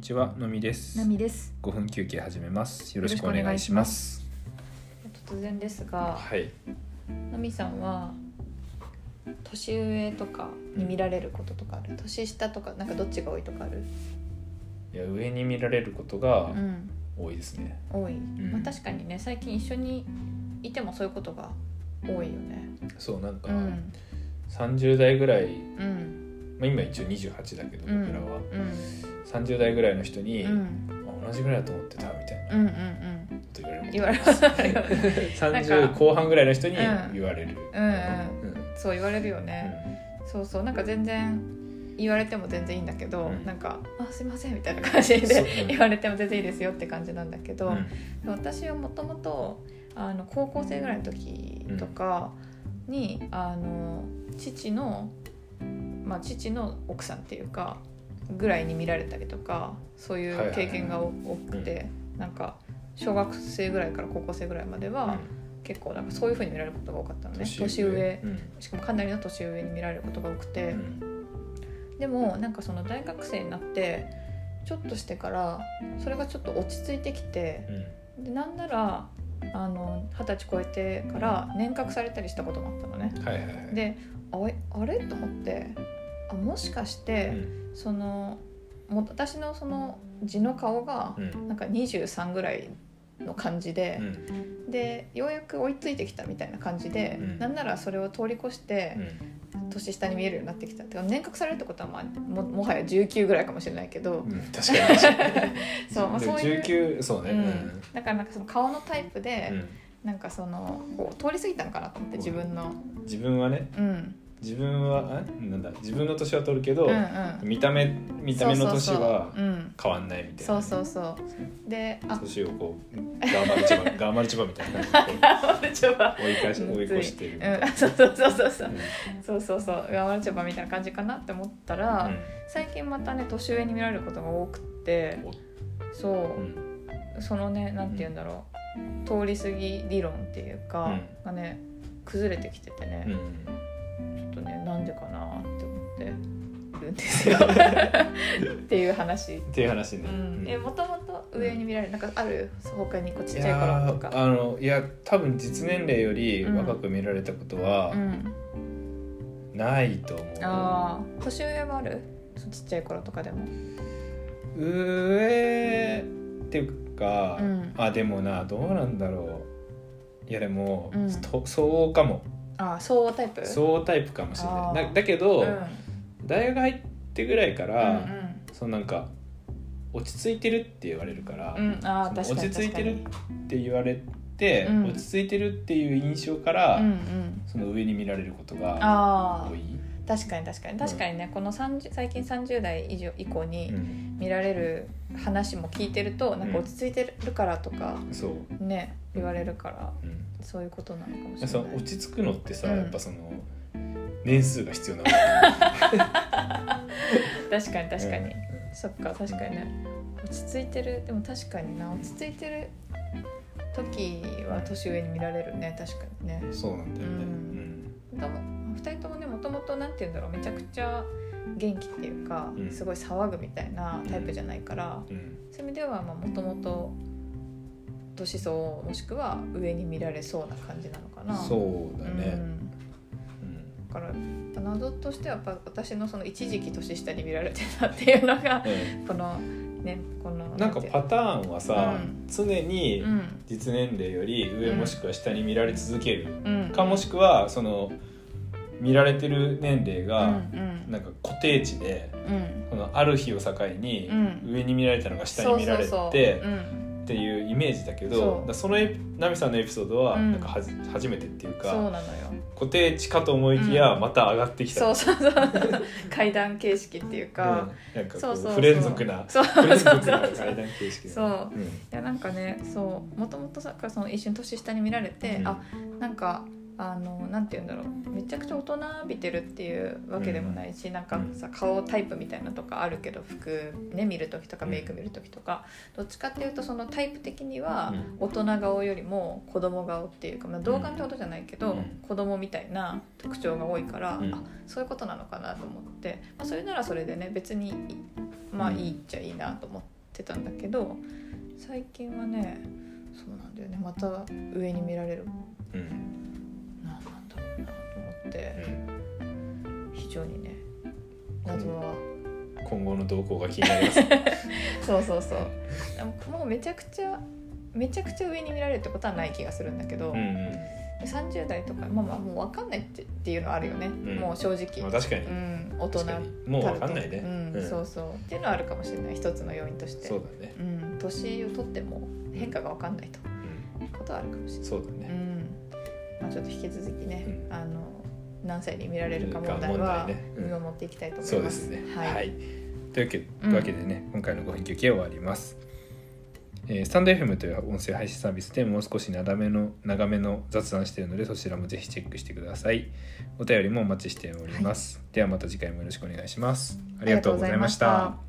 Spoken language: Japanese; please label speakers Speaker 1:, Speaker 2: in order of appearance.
Speaker 1: ちは、のみです
Speaker 2: な。みです。
Speaker 1: 5分休憩始めます。よろしくお願いします。
Speaker 2: 突然ですが、
Speaker 1: はい。
Speaker 2: なみさんは年上とかに見られることとかある？年下とかなんかどっちが多いとかある？
Speaker 1: いや、上に見られることが
Speaker 2: うん、
Speaker 1: 多いですね。
Speaker 2: 多い。
Speaker 1: ん
Speaker 2: まあ確かにね、最近一緒にいてもそういうことが多いよね。
Speaker 1: そう、なんか
Speaker 2: う、ん、
Speaker 1: 30代ぐらい、
Speaker 2: うん、
Speaker 1: まあ、今一応28だけど、
Speaker 2: うん
Speaker 1: 僕らは
Speaker 2: うん、
Speaker 1: 30代ぐらいの人に、
Speaker 2: うん、うん、
Speaker 1: あ同じぐらいだと思ってたみたいな
Speaker 2: う
Speaker 1: こ
Speaker 2: ん、うん、
Speaker 1: と言われる。
Speaker 2: 言われます。 なん
Speaker 1: 30
Speaker 2: か
Speaker 1: 後半ぐらいの人に
Speaker 2: うん
Speaker 1: 言われる。
Speaker 2: うん、うん、
Speaker 1: うん
Speaker 2: そう言われるよね。そうそうなんか全然言われても全然いいんだけど、
Speaker 1: うん
Speaker 2: なんか「あすいません」みたいな感じ
Speaker 1: そう
Speaker 2: で
Speaker 1: うん
Speaker 2: 言われても全然いいですよって感じなんだけど、
Speaker 1: うん
Speaker 2: 私はもともとあの高校生ぐらいの時とかに、あの父の、まあ、父の奥さんっていうかぐらいに見られたりとかそうい
Speaker 1: はいは
Speaker 2: う
Speaker 1: いはい
Speaker 2: 経験が多くて、なんか小学生ぐらいから高校生ぐらいまでは、結構なんかそういうふうに見られることが多かったのね年上
Speaker 1: うん
Speaker 2: しかもかなりの年上に見られることが多くて。
Speaker 1: うん
Speaker 2: でもなんかその大学生になってちょっとしてからそれがちょっと落ち着いてきて
Speaker 1: うん
Speaker 2: でなんならあの二十歳超えてから年賀来されたりしたこともあったのね。
Speaker 1: はいはいはい。
Speaker 2: であれあれと思ってあもしかし
Speaker 1: う
Speaker 2: て
Speaker 1: ん
Speaker 2: そのもう私のその字の顔が
Speaker 1: うん
Speaker 2: なんか23ぐらいの感じで
Speaker 1: う、ん
Speaker 2: でようやく追いついてきたみたいな感じで、
Speaker 1: うん
Speaker 2: なんならそれを通り越して、
Speaker 1: うん
Speaker 2: 年下に見えるようになってきたてか年賀されるってことは、まあ、ももはや19ぐらいかもしれないけど、
Speaker 1: うん確かに。
Speaker 2: そうまあ、
Speaker 1: で
Speaker 2: そういう、
Speaker 1: 19そうね、
Speaker 2: う
Speaker 1: うん
Speaker 2: ん、だからなんかその顔のタイプで、
Speaker 1: うん
Speaker 2: なんかそのこう通り過ぎたんかなと思って自分の、
Speaker 1: 自分はね
Speaker 2: うん、
Speaker 1: 自分はあなんだ自分の年は取るけど、
Speaker 2: うんうん
Speaker 1: 見た目見た目の年は
Speaker 2: そうそうそう,、うん、
Speaker 1: 変わんないみたいな
Speaker 2: そ
Speaker 1: ね、
Speaker 2: うそうそうであ
Speaker 1: 年をこうガーマルチ バガーマルチバみたいな感じでこ
Speaker 2: ちょっと
Speaker 1: う追い返 し
Speaker 2: む
Speaker 1: 追
Speaker 2: ず
Speaker 1: い
Speaker 2: い
Speaker 1: 越してるみたいな、
Speaker 2: うん、 そうそうそうそうそううんそうそうそう頑張れちゃばみたいな感じかなって思ったら、最近またね年上に見られることが多くて
Speaker 1: お
Speaker 2: そう、
Speaker 1: うん
Speaker 2: そのねなんて言うんだろう、通り過ぎ理論っていうか、
Speaker 1: うん
Speaker 2: がね崩れてきてて
Speaker 1: うんうん
Speaker 2: ね、ちょっとねなんでかなって思ってるんです よっていう話。
Speaker 1: っていう話ね、
Speaker 2: うん、
Speaker 1: うん
Speaker 2: えもともと上に見られるなんかある他にこうちっ
Speaker 1: い
Speaker 2: ちゃい頃
Speaker 1: や
Speaker 2: と
Speaker 1: ー
Speaker 2: か。
Speaker 1: あのいや多分実年齢より若く見られたことは
Speaker 2: うん、
Speaker 1: ないと思う、
Speaker 2: あー年上はあるそうちっちゃい頃とかでも。
Speaker 1: 上っていうか、
Speaker 2: うん
Speaker 1: あでもなどうなんだろういやでも、
Speaker 2: うん
Speaker 1: とそうかも
Speaker 2: ああ相応タイプう、
Speaker 1: そうタイプかもしれ
Speaker 2: あ
Speaker 1: ない
Speaker 2: ー
Speaker 1: だだけど、
Speaker 2: ん、うん
Speaker 1: 大学入ってぐらいから、
Speaker 2: うん
Speaker 1: そのなんか落ち着いてるって言われるから、
Speaker 2: うん、あー
Speaker 1: その
Speaker 2: 確かに
Speaker 1: 落ち着いてる
Speaker 2: 確か
Speaker 1: って言われて、
Speaker 2: うん
Speaker 1: 落ち着いてるっていう印象から、
Speaker 2: にうんうん、
Speaker 1: その上に見られることが
Speaker 2: ああ
Speaker 1: 多い、
Speaker 2: 確かに確かに確かにね、この30最近30代以上以降
Speaker 1: う
Speaker 2: に
Speaker 1: ん
Speaker 2: 見られる話も聞いてると、なんか落ち着いてるからとか
Speaker 1: そう、
Speaker 2: ね
Speaker 1: うん
Speaker 2: 言われるから
Speaker 1: うん
Speaker 2: そういうことなのかもしれ
Speaker 1: そ
Speaker 2: な
Speaker 1: の
Speaker 2: い
Speaker 1: 落ち着くのってさ、
Speaker 2: うん
Speaker 1: やっぱその年数が必要なの
Speaker 2: 確かに確かに、
Speaker 1: うん
Speaker 2: そっか確かにね落ち着いてるでも確かにな落ち着いてる時は年上に見られるね確かにね
Speaker 1: そうなんだよね、
Speaker 2: うでも2人ともねもともとなんて言うんだろうめちゃくちゃ元気っていうか、
Speaker 1: うん
Speaker 2: すごい騒ぐみたいなタイプじゃないから、
Speaker 1: うんうん
Speaker 2: そういう意味ではもともと年相応もしくは上に見られそうな感じなのかな。
Speaker 1: そう
Speaker 2: う
Speaker 1: だね、
Speaker 2: ん
Speaker 1: うん
Speaker 2: だから謎としてはやっぱ私のその一時期年下に見られてたっていうのが
Speaker 1: う
Speaker 2: このねこの
Speaker 1: んなんかパ
Speaker 2: ッ
Speaker 1: ターンはさ、
Speaker 2: うん
Speaker 1: 常に
Speaker 2: うん
Speaker 1: 実年齢より上もしくは下に見られ続ける、
Speaker 2: うん
Speaker 1: かもしくはその見られてる年齢
Speaker 2: うん
Speaker 1: が
Speaker 2: うん
Speaker 1: なんか固定値で、
Speaker 2: うん
Speaker 1: このある日を境に
Speaker 2: うん
Speaker 1: 上に見られたのが下に見られ
Speaker 2: そうそう
Speaker 1: て
Speaker 2: そううん
Speaker 1: っていうイメージだけ
Speaker 2: そう
Speaker 1: どだからそのエピナミさんのエピソードは
Speaker 2: うん
Speaker 1: なんかはじ初めてっていう
Speaker 2: そう
Speaker 1: か
Speaker 2: なのよ
Speaker 1: 固定値かと思いきや
Speaker 2: うん
Speaker 1: また上がってきた
Speaker 2: そうそうそう階段形式っていうか、
Speaker 1: うんなんかこ
Speaker 2: そううそう
Speaker 1: 不連続な
Speaker 2: そう
Speaker 1: 不連
Speaker 2: そう
Speaker 1: 続
Speaker 2: そ
Speaker 1: な
Speaker 2: う
Speaker 1: 階段形式だ
Speaker 2: そう
Speaker 1: うん
Speaker 2: いやなんかねそうもともとさその一瞬年下に見られて、
Speaker 1: うん
Speaker 2: あなんかあのなんて言うんだろうめちゃくちゃ大人びてるっていうわけでもないし、なんかさ顔タイプみたいなとかあるけど服ね見る時とか
Speaker 1: うん
Speaker 2: メイク見る時とか、どっちかっていうとそのタイプ的には
Speaker 1: うん
Speaker 2: 大人顔よりも子供顔っていうか、まあ、童顔ってことじゃないけど、
Speaker 1: うん
Speaker 2: 子供みたいな特徴が多いから、
Speaker 1: うん
Speaker 2: あそういうことなのかなと思って、まあ、それならそれでね別にいまあいいっちゃいいなと思って。ってたんだけど最近はねそうなんだよねまた上に見られる
Speaker 1: うん
Speaker 2: なんなんだろうなと思って
Speaker 1: うん
Speaker 2: 非常にね謎は、
Speaker 1: 今後の動向が気にな ります
Speaker 2: そうそうそうでももうめちゃくちゃめちゃくちゃ上に見られるってことはない気がするんだけど、
Speaker 1: うんうん
Speaker 2: 30代とかまあまあもう分かんないってっていうのはあるよね、
Speaker 1: ん
Speaker 2: もう正直、
Speaker 1: まあ確かに
Speaker 2: うん、大人
Speaker 1: 確かにもう分かんないね
Speaker 2: うん
Speaker 1: うん
Speaker 2: そうそうっていうのはあるかもしれない一つの要因として
Speaker 1: そうだね
Speaker 2: うん、年を取っても変化が分かんないと
Speaker 1: う
Speaker 2: いうことはあるかもしれ
Speaker 1: ん
Speaker 2: ない、
Speaker 1: そうだ
Speaker 2: う
Speaker 1: ね
Speaker 2: んまあ、ちょっと引き続きね、
Speaker 1: うん
Speaker 2: あの何歳に見られるか問題は
Speaker 1: が問題ねうん
Speaker 2: 見守っていきたいと思います。
Speaker 1: そうですね
Speaker 2: はい
Speaker 1: というわけ
Speaker 2: うん
Speaker 1: わけでね、今回のご返球系は終わりますえースタンド FM という音声配信サービスでもう少し長めの長めの雑談しているのでそちらもぜひチェックしてくださいお便りもお待ちしております、ではまた次回もよろしくお願いしますありがとうございまし
Speaker 2: ありがとうございました
Speaker 1: た